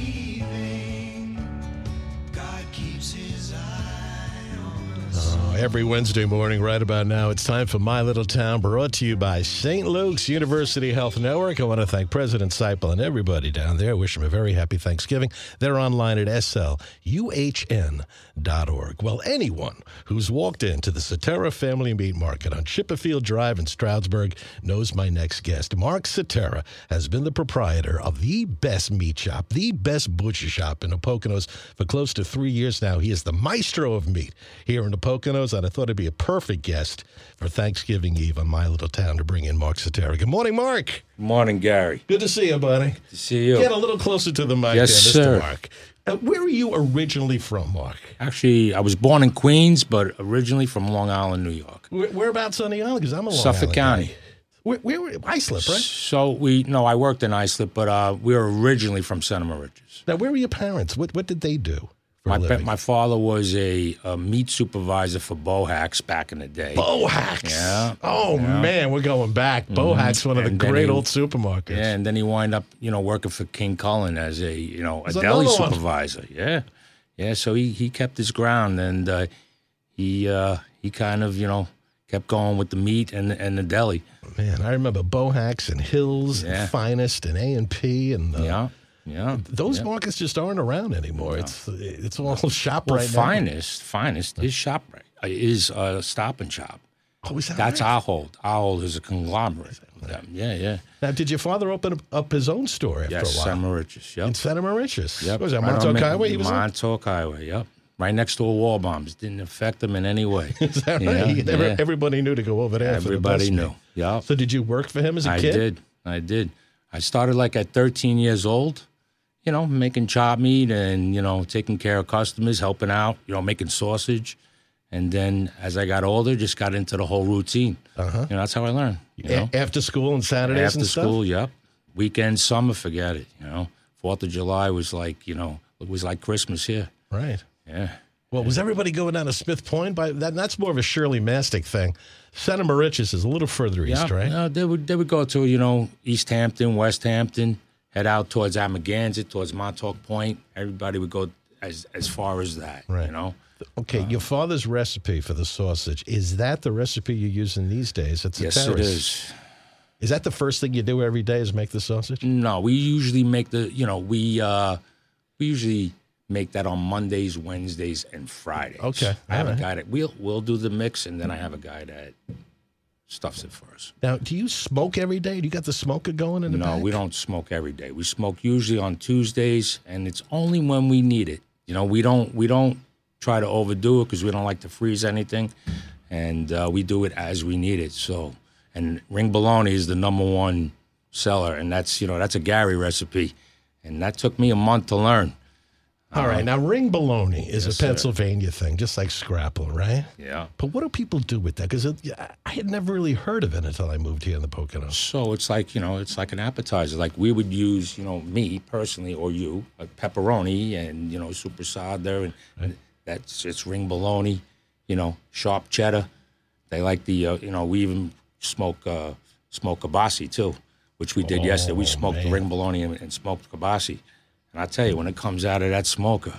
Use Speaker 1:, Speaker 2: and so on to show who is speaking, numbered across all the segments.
Speaker 1: believing God keeps his eye on us.
Speaker 2: Uh, every Wednesday morning, right about now, it's time for My Little Town, brought to you by St. Luke's University Health Network. I want to thank President Seipel and everybody down there. Wish them a very happy Thanksgiving. They're online at sluhn.org. Well, anyone who's walked into the Satera Family Meat Market on Chipperfield Drive in Stroudsburg knows my next guest. Mark Satera has been the proprietor of the best meat shop, the best butcher shop in the Poconos for close to three years now. He is the maestro of meat here in the Poconos, and I thought it'd be a perfect guest for Thanksgiving Eve on my little town to bring in Mark Satera. Good morning, Mark.
Speaker 3: Morning, Gary. E
Speaker 2: Good to see you, buddy.
Speaker 3: To see you.
Speaker 2: Get a little closer to the mic,
Speaker 3: Yes,
Speaker 2: there, Mr.
Speaker 3: sir.
Speaker 2: Mark. Uh, where are you originally from, Mark?
Speaker 3: Actually, I was born in Queens, but originally from Long Island, New York,
Speaker 2: Where, whereabouts on the island? Because I'm a Long
Speaker 3: Suffolk
Speaker 2: Island
Speaker 3: County.
Speaker 2: guy. Where, where, were- Islip, right?
Speaker 3: So we no, I worked in Islip, but uh, we were originally from Santa Ridges.
Speaker 2: Now, where were your parents? What What did they do for
Speaker 3: My,
Speaker 2: a
Speaker 3: pa-
Speaker 2: living?
Speaker 3: my father was a, a meat supervisor for Bohacks back in the day.
Speaker 2: Bohacks.
Speaker 3: Yeah, Mm-hmm.
Speaker 2: Oh man, we're going back. Bohacks, one of the
Speaker 3: And then
Speaker 2: great
Speaker 3: he-
Speaker 2: old supermarkets.
Speaker 3: yeah, and then he wind up, you know, working for King Cullen as a, you know, a
Speaker 2: There's
Speaker 3: deli
Speaker 2: another one.
Speaker 3: supervisor. Yeah, yeah. So he, he kept his ground, and uh, he uh, he kind of, you know, kept going with the meat and and the deli.
Speaker 2: Man, I remember Bohacks and Hills
Speaker 3: Yeah.
Speaker 2: and Finest and A and P and uh,
Speaker 3: Yeah, yeah.
Speaker 2: those markets just aren't around anymore. It's it's all shop
Speaker 3: Well,
Speaker 2: right now.
Speaker 3: finest, finest is shop right uh, is uh, Stop and Shop.
Speaker 2: Oh, is that
Speaker 3: That's
Speaker 2: right?
Speaker 3: our hold. Our hold is a conglomerate. of them. Yeah, yeah.
Speaker 2: Now, did your father open up- up his own store after
Speaker 3: Yes,
Speaker 2: a while?
Speaker 3: Sam Mauritius. Yep.
Speaker 2: In Santa Mauritius.
Speaker 3: yep.
Speaker 2: Was that
Speaker 3: Right on
Speaker 2: Montauk
Speaker 3: Ma-
Speaker 2: Highway he was on?
Speaker 3: Montauk Highway. Yep. Right next to a wall bombs. Didn't affect them in any way.
Speaker 2: Is that
Speaker 3: Yeah,
Speaker 2: right? He- every-
Speaker 3: yeah.
Speaker 2: Everybody knew to go over there. for the
Speaker 3: Everybody
Speaker 2: best
Speaker 3: knew.
Speaker 2: meal.
Speaker 3: Yep.
Speaker 2: So did you work for him as a
Speaker 3: I
Speaker 2: kid?
Speaker 3: did. I did. I started like at 13 years old, you know, making chop meat and, you know, taking care of customers, helping out, you know, making sausage. And then as I got older, just got into the whole routine. Uh-huh. You know, that's how I learned. You
Speaker 2: A-
Speaker 3: know,
Speaker 2: after school and Saturdays
Speaker 3: after
Speaker 2: and stuff.
Speaker 3: school, yep. Weekend, summer, forget it. You know, Fourth of July was like, you know, it was like Christmas here.
Speaker 2: Right.
Speaker 3: Yeah.
Speaker 2: Well, was everybody going down to Smith Point? By that, that's more of a Shirley Mastic thing. Santa Mauritius is a little further east,
Speaker 3: Yeah,
Speaker 2: right?
Speaker 3: No, they would they would go to you know East Hampton, West Hampton, head out towards Amagansett, towards Montauk Point. Everybody would go as as far as that.
Speaker 2: Right.
Speaker 3: You know.
Speaker 2: Okay,
Speaker 3: Uh,
Speaker 2: your father's recipe for the sausage is that the recipe you're using these days? It's a
Speaker 3: Yes, it
Speaker 2: terrace.
Speaker 3: is.
Speaker 2: Is that the first thing you do every day? Is make the sausage?
Speaker 3: No, we usually make the you know we uh we usually make that on Mondays, Wednesdays, and Fridays.
Speaker 2: Okay,
Speaker 3: I have
Speaker 2: all
Speaker 3: a
Speaker 2: right.
Speaker 3: guy that we'll we'll do the mix, and then I have a guy that stuffs it for us.
Speaker 2: Now, do you smoke every day? Do you got the smoker going in the
Speaker 3: No,
Speaker 2: back?
Speaker 3: we don't smoke every day. We smoke usually on Tuesdays, and it's only when we need it. You know, we don't we don't try to overdo it because we don't like to freeze anything, and uh, we do it as we need it. So, and ring bologna is the number one seller, and that's you know that's a Gary recipe, and that took me a month to learn.
Speaker 2: All right, now ring bologna is a Pennsylvania thing, just like scrapple, right?
Speaker 3: Yeah.
Speaker 2: But what do people do with that? Because I I had never really heard of it until I moved here in the Poconos.
Speaker 3: So it's like you know, it's like an appetizer. Like we would use, you know, me personally or you, like pepperoni and you know, super sada and that's it's ring bologna, you know, sharp cheddar. They like the uh, you know, we even smoke uh, smoke kabasi too, which we did yesterday.
Speaker 2: Oh,
Speaker 3: We smoked the ring bologna and, and smoked kabasi, and I tell you, when it comes out of that smoker.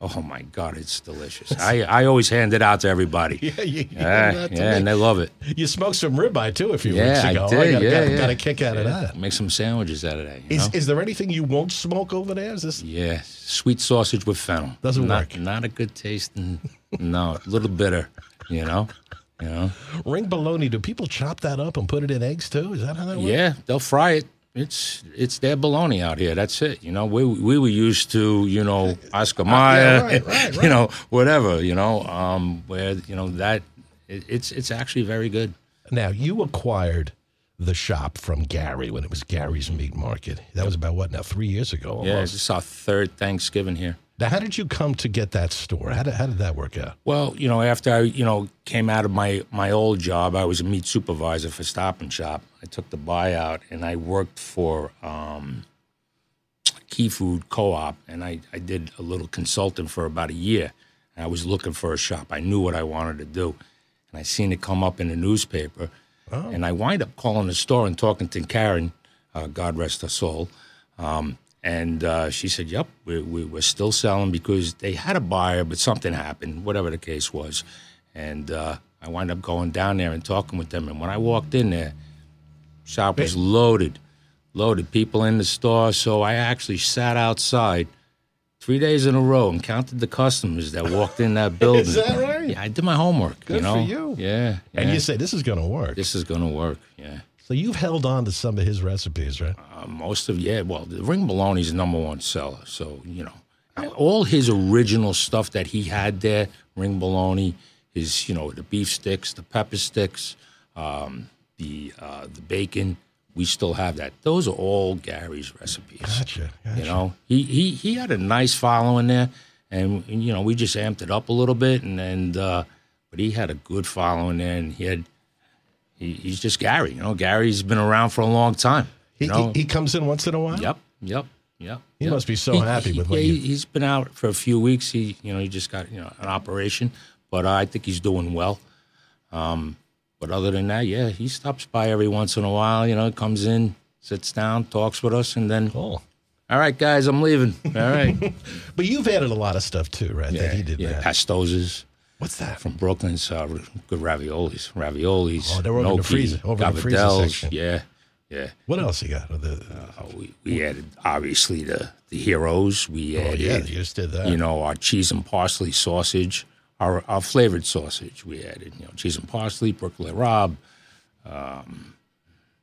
Speaker 3: Oh my God, it's delicious! I, I always hand it out to everybody. Yeah,
Speaker 2: you- you
Speaker 3: yeah,
Speaker 2: hand it out to
Speaker 3: and
Speaker 2: me.
Speaker 3: they love it.
Speaker 2: You smoked some ribeye too a few weeks
Speaker 3: Yeah,
Speaker 2: ago.
Speaker 3: I did.
Speaker 2: got,
Speaker 3: yeah,
Speaker 2: got,
Speaker 3: yeah.
Speaker 2: got a kick out of
Speaker 3: Yeah.
Speaker 2: that.
Speaker 3: Make some sandwiches out of that. You
Speaker 2: Is,
Speaker 3: know?
Speaker 2: is there anything you won't smoke over there? Is this
Speaker 3: yeah, sweet sausage with fennel
Speaker 2: Doesn't
Speaker 3: not,
Speaker 2: work.
Speaker 3: Not a good taste. And, no, a little bitter. You know, you know.
Speaker 2: ring bologna? Do people chop that up and put it in eggs too? Is that how that works?
Speaker 3: Yeah, they'll fry it. It's it's their bologna out here. That's it. You know, we we were used to you know Oscar Mayer,
Speaker 2: right, right,
Speaker 3: you know whatever. You know, um, where you know that it, it's it's actually very good.
Speaker 2: Now you acquired the shop from Gary when it was Gary's Meat Market. That was about what now? Three years ago. Almost.
Speaker 3: Yeah, this is our third Thanksgiving here.
Speaker 2: Now, how did you come to get that store? How did, how did that work out?
Speaker 3: Well, you know, after I, you know, came out of my my old job, I was a meat supervisor for Stop and Shop. I took the buyout and I worked for um, Key Food Co-op, and I I did a little consulting for about a year. And I was looking for a shop. I knew what I wanted to do, and I seen it come up in the newspaper, and I wind up calling the store and talking to Karen, uh, God rest her soul And uh, she said, "Yep, we, we we're still selling because they had a buyer, but something happened, whatever the case was." And uh, I wound up going down there and talking with them. And when I walked in there, shop was loaded, loaded. People in the store. So I actually sat outside three days in a row and counted the customers that walked in that building.
Speaker 2: Is that right?
Speaker 3: Yeah, I did my homework.
Speaker 2: Good
Speaker 3: you know?
Speaker 2: for you.
Speaker 3: Yeah,
Speaker 2: And
Speaker 3: yeah.
Speaker 2: you say this is going to work.
Speaker 3: this is gonna work. Yeah.
Speaker 2: so you've held on to some of his recipes, right?
Speaker 3: Uh, most of yeah, well, the ring bologna's the number one seller. So you know, all his original stuff that he had there, ring bologna, his you know the beef sticks, the pepper sticks, um, the uh, the bacon. We still have that. Those are all Gary's recipes.
Speaker 2: Gotcha. gotcha.
Speaker 3: You know, he he he had a nice following there, and you know we just amped it up a little bit, and and uh, but he had a good following there, and he had. He, he's just Gary, you know. Gary's been around for a long time.
Speaker 2: He,
Speaker 3: You know?
Speaker 2: he, he comes in once in a while.
Speaker 3: Yep, yep, yep.
Speaker 2: He
Speaker 3: yep.
Speaker 2: must be so
Speaker 3: He-
Speaker 2: happy
Speaker 3: he-
Speaker 2: with what
Speaker 3: yeah,
Speaker 2: you.
Speaker 3: he, has been out for a few weeks. He, you know, he just got you know an operation, but I think he's doing well. Um, but other than that, yeah, he stops by every once in a while. You know, comes in, sits down, talks with us, and then,
Speaker 2: Oh.
Speaker 3: all right, guys, I'm leaving. All right,
Speaker 2: But you've added a lot of stuff too, right? that he did
Speaker 3: yeah,
Speaker 2: that.
Speaker 3: pastozas.
Speaker 2: What's that?
Speaker 3: from Brooklyn's uh, r- good raviolis, raviolis.
Speaker 2: Oh, they were over in the
Speaker 3: gnocchi,
Speaker 2: freezer- over in the freezer
Speaker 3: gavardels.
Speaker 2: section.
Speaker 3: Yeah, yeah.
Speaker 2: What else you got? The,
Speaker 3: Uh, we, we added obviously the the heroes. We
Speaker 2: oh
Speaker 3: added
Speaker 2: yeah, you just did that.
Speaker 3: Uh, you know, our cheese and parsley sausage, our, our flavored sausage we added, you know, cheese and parsley, Brooklyn Rob, um,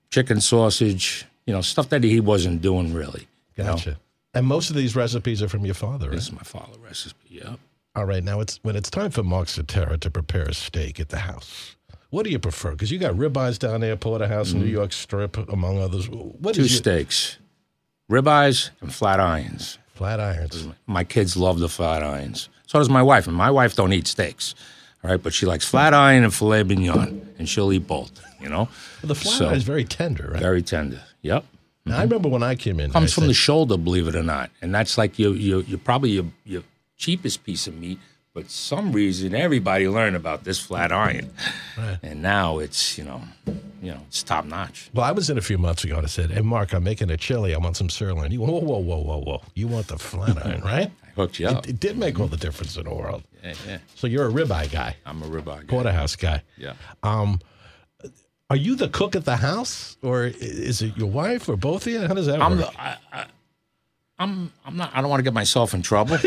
Speaker 3: chicken sausage, you know, stuff that he wasn't doing really. You know,
Speaker 2: gotcha. And most of these recipes are from your father, right?
Speaker 3: this is my father recipe. Yep.
Speaker 2: All right, now it's when it's time for Mark Sotera to prepare a steak at the house. What do you prefer? Because you got ribeyes down there, porterhouse, New York strip, among others. What
Speaker 3: Mm-hmm. Two
Speaker 2: is your-
Speaker 3: steaks, ribeyes and flat irons.
Speaker 2: flat irons?
Speaker 3: My kids love the flat irons. So does my wife. And my wife don't eat steaks. All right, but she likes flat iron and filet mignon, and she'll eat both, you know?
Speaker 2: Well, the flat
Speaker 3: So-
Speaker 2: iron is very tender, right?
Speaker 3: Very tender. Yep.
Speaker 2: Now, I remember when I came in.
Speaker 3: comes
Speaker 2: I
Speaker 3: from
Speaker 2: said,
Speaker 3: the shoulder, believe it or not, and that's like your your, your probably your, your cheapest piece of meat. But some reason everybody learned about this flat iron,
Speaker 2: Right.
Speaker 3: and now it's you know, you know it's top notch.
Speaker 2: Well, I was in a few months ago and I said, "Hey, Mark, I'm making a chili. I want some sirloin." You went, whoa, whoa, whoa, whoa, whoa. You want the flat iron, right?
Speaker 3: I hooked you up.
Speaker 2: It did make all the difference in the world.
Speaker 3: Yeah, yeah.
Speaker 2: So you're a ribeye guy,
Speaker 3: I'm a ribeye guy.
Speaker 2: porterhouse guy.
Speaker 3: Yeah.
Speaker 2: Are you the cook at the house, or i- is it your wife, or both of you? How does that
Speaker 3: I'm
Speaker 2: work?
Speaker 3: the, I, I, I'm I'm not. I don't want to get myself in trouble.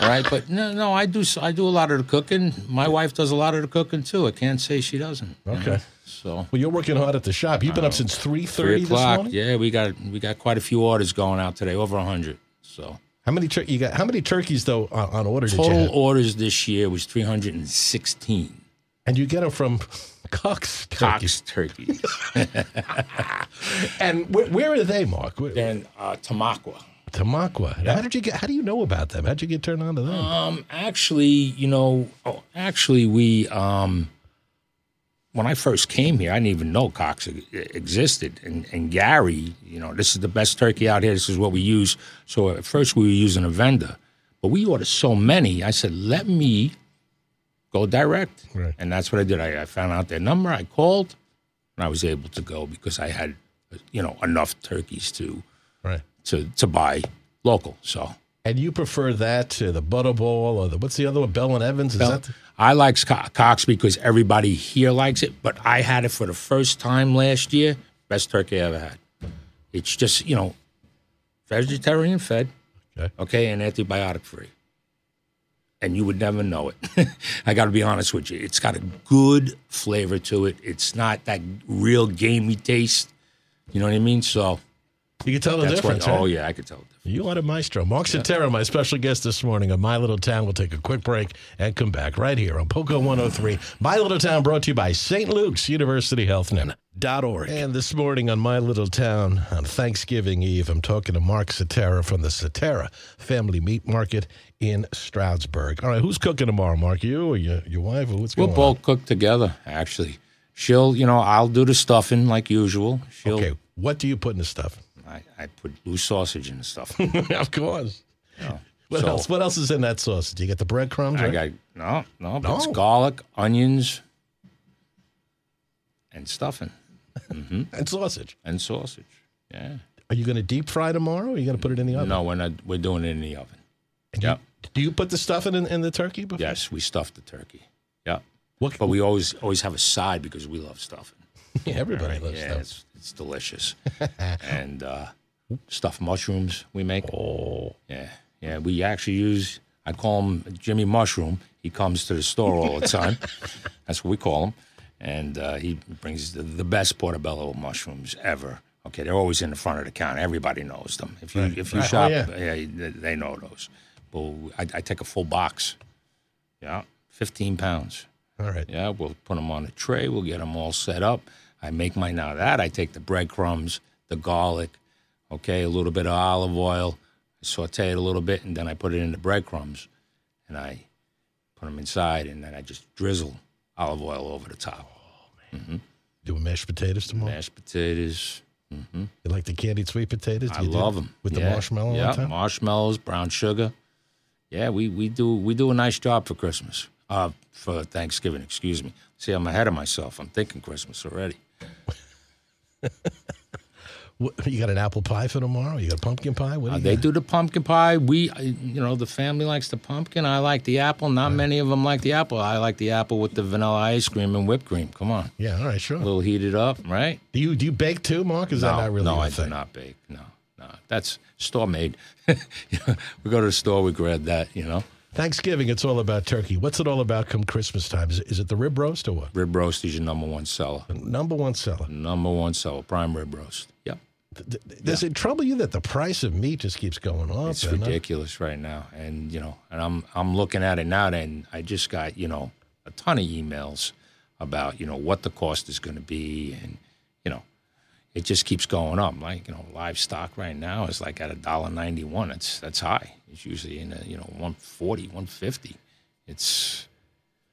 Speaker 3: all right, but no, no, I do. s- I do a lot of the cooking. My wife does a lot of the cooking too. I can't say she doesn't. you know?
Speaker 2: Okay.
Speaker 3: So
Speaker 2: Well, you're working hard at the shop. You've been up since three
Speaker 3: Oh. three
Speaker 2: thirty this
Speaker 3: o'clock.
Speaker 2: morning.
Speaker 3: Yeah, we got we got quite a few orders going out today, over hundred. So
Speaker 2: How many tur- you got? How many turkeys though on, on order did you
Speaker 3: total
Speaker 2: have?
Speaker 3: orders this year was 316
Speaker 2: And you get them from Cox Turkeys.
Speaker 3: Cox turkeys
Speaker 2: And where, where are they, Mark? Where,
Speaker 3: and uh, Tamaqua.
Speaker 2: Tamaqua. How did you get? How do you know about them? How would you get turned on to them?
Speaker 3: Um, actually, you know, oh, actually, we um, when I first came here, I didn't even know Cox e- existed. And, and Gary, you know, this is the best turkey out here. This is what we use. So at first, we were using a vendor, but we ordered so many. I said, let me go direct,
Speaker 2: Right.
Speaker 3: and that's what I did. I, I found out their number. I called, and I was able to go because I had, you know, enough turkeys to
Speaker 2: right.
Speaker 3: to to buy local. So.
Speaker 2: And you prefer that to the Butterball or the what's the other one? Bell and Evans? Is that?
Speaker 3: I like Co- Cox because everybody here likes it, but I had it for the first time last year. Best turkey I ever had. It's just, you know, vegetarian fed,
Speaker 2: Okay.
Speaker 3: okay, and antibiotic free. And you would never know it. I got to be honest with you. It's got a good flavor to it. It's not that real gamey taste. You know what I mean? So
Speaker 2: You can tell the
Speaker 3: that's
Speaker 2: difference.
Speaker 3: what.
Speaker 2: right?
Speaker 3: Oh yeah, I could tell.
Speaker 2: You are a maestro. Mark Sotero, my special guest this morning on My Little Town. We'll take a quick break and come back right here on POCO 103. My Little Town brought to you by St. Luke's University Health Net.
Speaker 4: org.
Speaker 2: And this morning on My Little Town on Thanksgiving Eve, I'm talking to Mark Sotera from the Sotera Family Meat Market in Stroudsburg. All right, who's cooking tomorrow, Mark? You or your, your wife? Or what's
Speaker 3: We'll
Speaker 2: going on?
Speaker 3: both cook together. Actually, she'll, you know, I'll do the stuffing like usual. She'll
Speaker 2: Okay, what do you put in the stuff?
Speaker 3: I, I put loose sausage and stuff.
Speaker 2: of course. What,
Speaker 3: So-
Speaker 2: else, what else is in that sausage? You get the breadcrumbs?
Speaker 3: I
Speaker 2: right?
Speaker 3: got no, no, It's
Speaker 2: No.
Speaker 3: garlic, onions, and stuffing
Speaker 2: and sausage.
Speaker 3: and sausage. Yeah,
Speaker 2: Are you going to deep fry tomorrow? Or are you going to put it in the oven?
Speaker 3: No, we're not. We're doing it in the oven.
Speaker 2: And
Speaker 3: yeah.
Speaker 2: You, do you put the stuff in in the turkey? Before?
Speaker 3: Yes, we stuff the turkey. Yeah,
Speaker 2: What,
Speaker 3: but we always always have a side because we love stuffing.
Speaker 2: everybody loves
Speaker 3: yeah,
Speaker 2: stuff.
Speaker 3: it's it's delicious. and uh, stuffed mushrooms we make. Oh, yeah, yeah. We actually use. I call him Jimmy Mushroom. He comes to the store all the time. That's what we call him. And uh, he brings the, the best portobello mushrooms ever. Okay, they're always in the front of the counter. Everybody knows them. If you if you
Speaker 2: Right. Oh,
Speaker 3: shop,
Speaker 2: yeah.
Speaker 3: yeah. they- they know those. But I, I take a full box. Yeah, fifteen pounds.
Speaker 2: All right.
Speaker 3: Yeah, we'll put them on a tray. We'll get them all set up. I make mine out of that. I take the breadcrumbs, the garlic, okay, a little bit of olive oil, saute it a little bit, and then I put it in the breadcrumbs and I put them inside, and then I just drizzle olive oil over the top.
Speaker 2: Doing mashed potatoes tomorrow.
Speaker 3: Mashed potatoes.
Speaker 2: You like the candied sweet potatoes?
Speaker 3: I
Speaker 2: You did
Speaker 3: love them
Speaker 2: with the marshmallow
Speaker 3: Yeah,
Speaker 2: on top.
Speaker 3: marshmallows, brown sugar. Yeah, we, we do we do a nice job for Christmas. Uh, for Thanksgiving, excuse me. See, I'm ahead of myself. I'm thinking Christmas already.
Speaker 2: What- You got an apple pie for tomorrow? You got a pumpkin pie? What do
Speaker 3: Uh,
Speaker 2: you
Speaker 3: they
Speaker 2: got?
Speaker 3: do the pumpkin pie. We, I- you know, the family likes the pumpkin. I like the apple. Not many of them like the apple. I like the apple with the vanilla ice cream and whipped cream. Come on,
Speaker 2: Yeah, all right, sure.
Speaker 3: a little heated up, right?
Speaker 2: do you do you bake too, Mark? Is that not really
Speaker 3: no,
Speaker 2: your
Speaker 3: I
Speaker 2: thing?
Speaker 3: do not bake. No, no, that's store made. we go to the store, we grab that. You know,
Speaker 2: Thanksgiving, it's all about turkey. What's it all about come Christmas time? Is it, is it the rib roast or what?
Speaker 3: rib roast is your number one seller.
Speaker 2: Number one seller.
Speaker 3: Number one seller, prime rib roast. Yep.
Speaker 2: Th- th- Does it trouble you that the price of meat just keeps going up?
Speaker 3: It's
Speaker 2: and up?
Speaker 3: ridiculous right now, and you know, and I'm I'm looking at it now, and I just got you know a ton of emails about you know what the cost is going to be, and you know, it just keeps going up. Like you know, livestock right now is like at a dollar ninety one. It's that's high. It's usually in a you know 140, 150. It's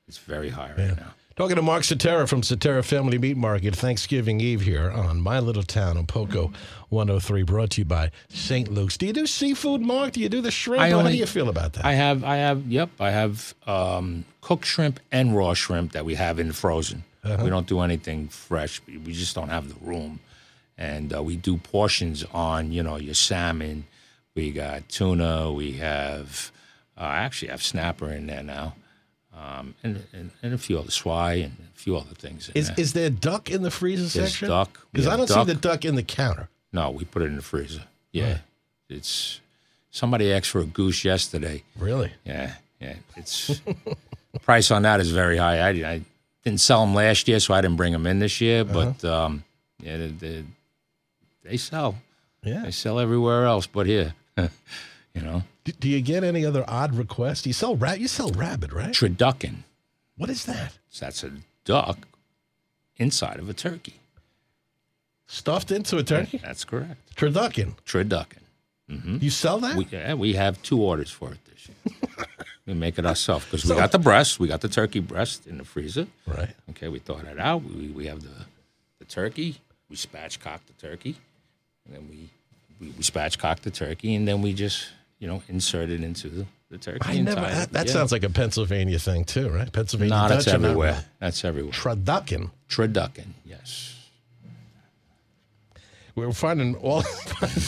Speaker 3: it's very high right now.
Speaker 2: Talking to Mark Satera from Satera Family Meat Market, Thanksgiving Eve here on My Little Town on Poco 103, brought to you by St. Luke's. Do you do seafood, Mark? Do you do the shrimp?
Speaker 3: I
Speaker 2: How
Speaker 3: only-
Speaker 2: do you feel about that?
Speaker 3: I have, I have, yep, I have um, cooked shrimp and raw shrimp that we have in frozen. We don't do anything fresh. We we just don't have the room, and uh, we do portions on you know your salmon. We got tuna. We have, uh, I actually have snapper in there now, um, and, and and a few other swai and a few other things. In
Speaker 2: is,
Speaker 3: there.
Speaker 2: is there duck in the freezer
Speaker 3: There's
Speaker 2: section?
Speaker 3: duck. We
Speaker 2: Because I
Speaker 3: have
Speaker 2: don't
Speaker 3: duck.
Speaker 2: see the duck in the counter.
Speaker 3: No, we put it in the freezer. Yeah,
Speaker 2: Right.
Speaker 3: it's somebody asked for a goose yesterday.
Speaker 2: Really?
Speaker 3: Yeah, yeah. It's price on that is very high. I, I didn't sell them last year, so I didn't bring them in this year. But um, yeah, they, they, they sell.
Speaker 2: Yeah.
Speaker 3: They sell everywhere else, but here, you know,
Speaker 2: Do, do you get any other odd requests? You sell rat. You sell rabbit, right?
Speaker 3: traduckin.
Speaker 2: What is that?
Speaker 3: So that's a duck inside of a turkey.
Speaker 2: Stuffed into a turkey?
Speaker 3: That's correct.
Speaker 2: Turducken.
Speaker 3: Traduckin.
Speaker 2: You sell that?
Speaker 3: Hmm? We, yeah, we have two orders for it this year. we make it ourselves because we got the breast, we got the turkey breast in the freezer.
Speaker 2: right.
Speaker 3: Okay, we thaw that out. We, we have the, the turkey. We spatchcock the turkey, and then we, we we spatchcock the turkey, and then we just you know insert it into the, the turkey.
Speaker 2: I
Speaker 3: and
Speaker 2: never.
Speaker 3: tie it
Speaker 2: That, that
Speaker 3: together.
Speaker 2: sounds like a Pennsylvania thing too, right? Pennsylvania
Speaker 3: no,
Speaker 2: Dutch.
Speaker 3: that's
Speaker 2: are not-
Speaker 3: everywhere. That's everywhere.
Speaker 2: Turducken.
Speaker 3: Traduckin, yes.
Speaker 2: We were finding all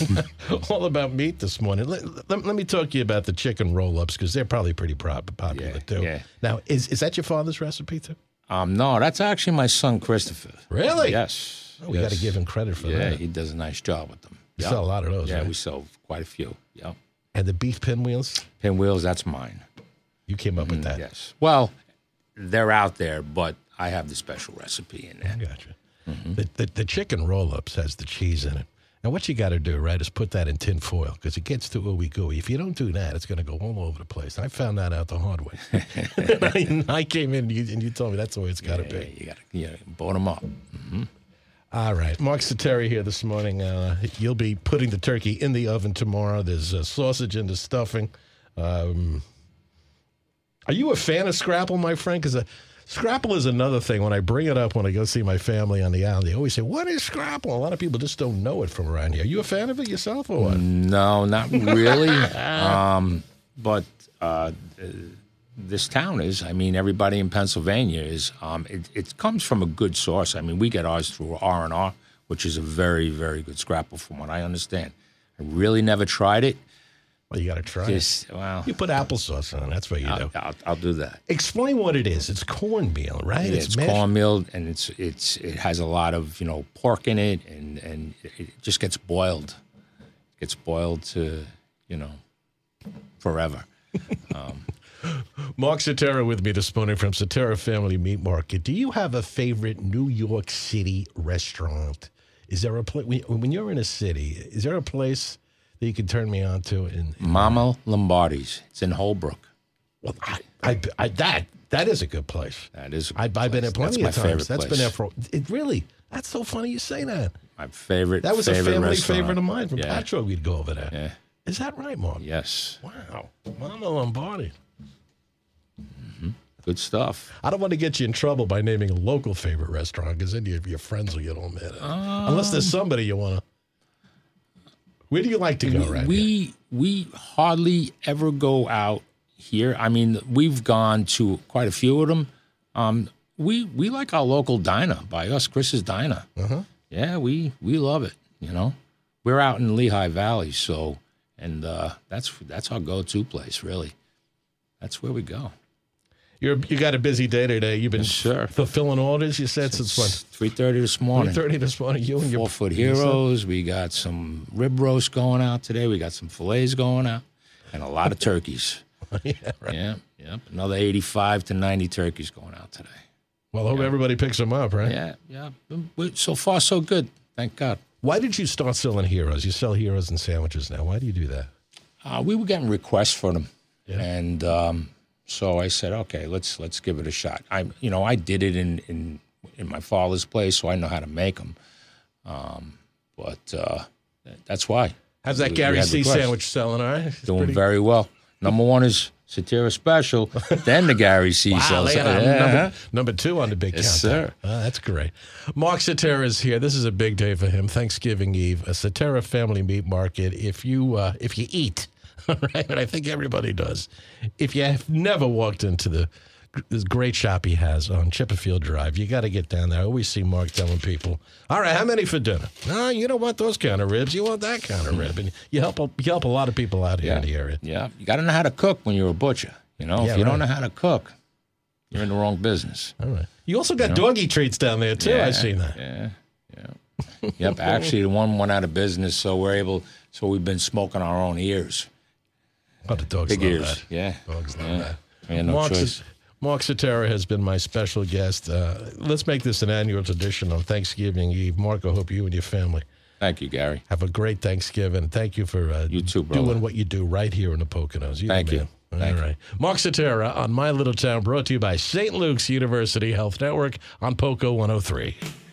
Speaker 2: all about meat this morning. Let, let, let me talk to you about the chicken roll-ups because they're probably pretty prob- popular
Speaker 3: Yeah,
Speaker 2: too.
Speaker 3: yeah.
Speaker 2: Now, is is that your father's recipe too?
Speaker 3: Um, no, that's actually my son Christopher.
Speaker 2: Really?
Speaker 3: Yes.
Speaker 2: Oh, We got to give him credit for
Speaker 3: Yeah,
Speaker 2: that.
Speaker 3: he does a nice job with them.
Speaker 2: You
Speaker 3: Yeah.
Speaker 2: sell a lot of those,
Speaker 3: Yeah,
Speaker 2: right?
Speaker 3: we sell quite a few. Yeah.
Speaker 2: and the beef pinwheels.
Speaker 3: Pinwheels, that's mine.
Speaker 2: You came up with that.
Speaker 3: Yes. Well, they're out there, but I have the special recipe in there.
Speaker 2: Gotcha.
Speaker 3: Mm-hmm.
Speaker 2: The, the, the chicken roll ups has the cheese in it. And what you got to do, right, is put that in tin foil because it gets too ooey gooey. If you don't do that, it's going to go all over the place. And I found that out the hard way. I, I came in and you, and you told me that's the way it's got to
Speaker 3: Yeah,
Speaker 2: be.
Speaker 3: you gotta, you gotta bone them up.
Speaker 2: All right. Mark Sateri here this morning. Uh, you'll be putting the turkey in the oven tomorrow. There's uh, sausage in the stuffing. Um, are you a fan of Scrapple, my friend? Because Scrapple is another thing. When I bring it up when I go see my family on the island, they always say, What is Scrapple? A lot of people just don't know it from around here. Are you a fan of it yourself or what?
Speaker 3: No, not really. um, but uh, uh, this town is. I mean, everybody in Pennsylvania is. Um, it, it comes from a good source. I mean, we get ours through R and R. which is a very, very good scrapple from what I understand. I really never tried it.
Speaker 2: Well, you got to try it.
Speaker 3: Just, well,
Speaker 2: You put applesauce on. That's what you do.
Speaker 3: I'll, I'll, I'll do that.
Speaker 2: Explain what it is. It's cornmeal, right?
Speaker 3: it's
Speaker 2: mashed-
Speaker 3: cornmeal and it's it's it has a lot of you know pork in it and and it just gets boiled gets boiled to you know forever
Speaker 2: Mark Sotera with me this morning from Sotera Family Meat Market. Do you have a favorite New York City restaurant? Is there a place when, when you're in a city? Is there a place that you can turn me on to? And
Speaker 3: mama lombardi's it's in holbrook
Speaker 2: well, I, I, I, that that is a good place.
Speaker 3: that is a
Speaker 2: I,
Speaker 3: good
Speaker 2: I've been
Speaker 3: place.
Speaker 2: at plenty
Speaker 3: that's
Speaker 2: of times.
Speaker 3: my favorite
Speaker 2: That's
Speaker 3: place.
Speaker 2: been there for. It really. That's so funny you say that.
Speaker 3: my favorite
Speaker 2: That was
Speaker 3: favorite
Speaker 2: a family
Speaker 3: restaurant.
Speaker 2: favorite of mine from
Speaker 3: yeah.
Speaker 2: Patro. We'd go over there. Is
Speaker 3: yeah
Speaker 2: that right, Mark?
Speaker 3: yes
Speaker 2: Wow, Mama Lombardi.
Speaker 3: good stuff
Speaker 2: I don't want to get you in trouble by naming a local favorite restaurant because then your, your friends will get all mad at you. Unless there's
Speaker 3: Oh.
Speaker 2: somebody you want to. Where do you like to go right
Speaker 3: we
Speaker 2: here?
Speaker 3: we hardly ever go out here. I mean, we've gone to quite a few of them. Um, we we like our local diner by us, Chris's Diner. Yeah, we we love it. You know, we're out in Lehigh Valley, so and uh, that's that's our go-to place. Really, that's where we go.
Speaker 2: You're, you got a busy day today. You've been
Speaker 3: sure.
Speaker 2: fulfilling orders, you said, since what?
Speaker 3: Three thirty this morning.
Speaker 2: 3.30 this morning. You and your
Speaker 3: Four foot heroes. We got some rib roast going out today. We got some fillets going out, and a lot of turkeys.
Speaker 2: Yeah, right.
Speaker 3: Yeah, yep. Another 85 to 90 turkeys going out today.
Speaker 2: Well, I hope everybody picks them up, right?
Speaker 3: Yeah, yeah. We- So far, so good. Thank God.
Speaker 2: Why did you start selling heroes? You sell heroes and sandwiches now. Why do you do that?
Speaker 3: Uh, we were getting requests for them, and um, so I said, okay, let's let's give it a shot. I, you know, I did it in in, in my father's place, so I know how to make them. Um, but uh, that's why
Speaker 2: How's
Speaker 3: We-
Speaker 2: that
Speaker 3: we
Speaker 2: Gary
Speaker 3: had
Speaker 2: C
Speaker 3: requests.
Speaker 2: sandwich selling, all right?
Speaker 3: doing very well. Number one is Satira Special, then the Gary C.
Speaker 2: Wow,
Speaker 3: sells.
Speaker 2: they had a
Speaker 3: Yeah.
Speaker 2: number, number two on the big
Speaker 3: Yes,
Speaker 2: countdown.
Speaker 3: sir.
Speaker 2: Ah, that's great. Mark Satera is here. This is a big day for him. Thanksgiving Eve, a Satera family meat market. If you uh, if you eat, all right, and I think everybody does. If you have never walked into the this great shop he has on Chipperfield Drive, you got to get down there. I always see Mark telling people, "All right, how many for dinner? No, you don't want those kind of ribs. You want that kind of rib." And you help a- you help a lot of people out here in the area.
Speaker 3: Yeah, you got to know how to cook when you're a butcher. You know,
Speaker 2: Yeah,
Speaker 3: if you
Speaker 2: right.
Speaker 3: don't know how to cook, you're in the wrong business.
Speaker 2: All right. You also got doggy treats down there too. I've seen that.
Speaker 3: Yeah, yeah. yep. Actually, the one went out of business, so we're able. So we've been smoking our own ears,
Speaker 2: Oh, the dogs
Speaker 3: big
Speaker 2: love
Speaker 3: ears.
Speaker 2: that.
Speaker 3: Yeah.
Speaker 2: Dogs love
Speaker 3: yeah.
Speaker 2: that.
Speaker 3: We had no
Speaker 2: Mark,
Speaker 3: choice.
Speaker 2: Mark Sotera has been my special guest. Uh, let's make this an annual tradition on Thanksgiving Eve. Mark, I hope you and your family
Speaker 3: Thank you, Gary.
Speaker 2: have a great Thanksgiving. Thank you for uh,
Speaker 3: You too, brother.
Speaker 2: doing what you do right here in the Poconos. You the
Speaker 3: Thank you.
Speaker 2: man. All right,
Speaker 3: Thank you.
Speaker 2: Mark Sotera on My Little Town, brought to you by St. Luke's University Health Network on POCO 103.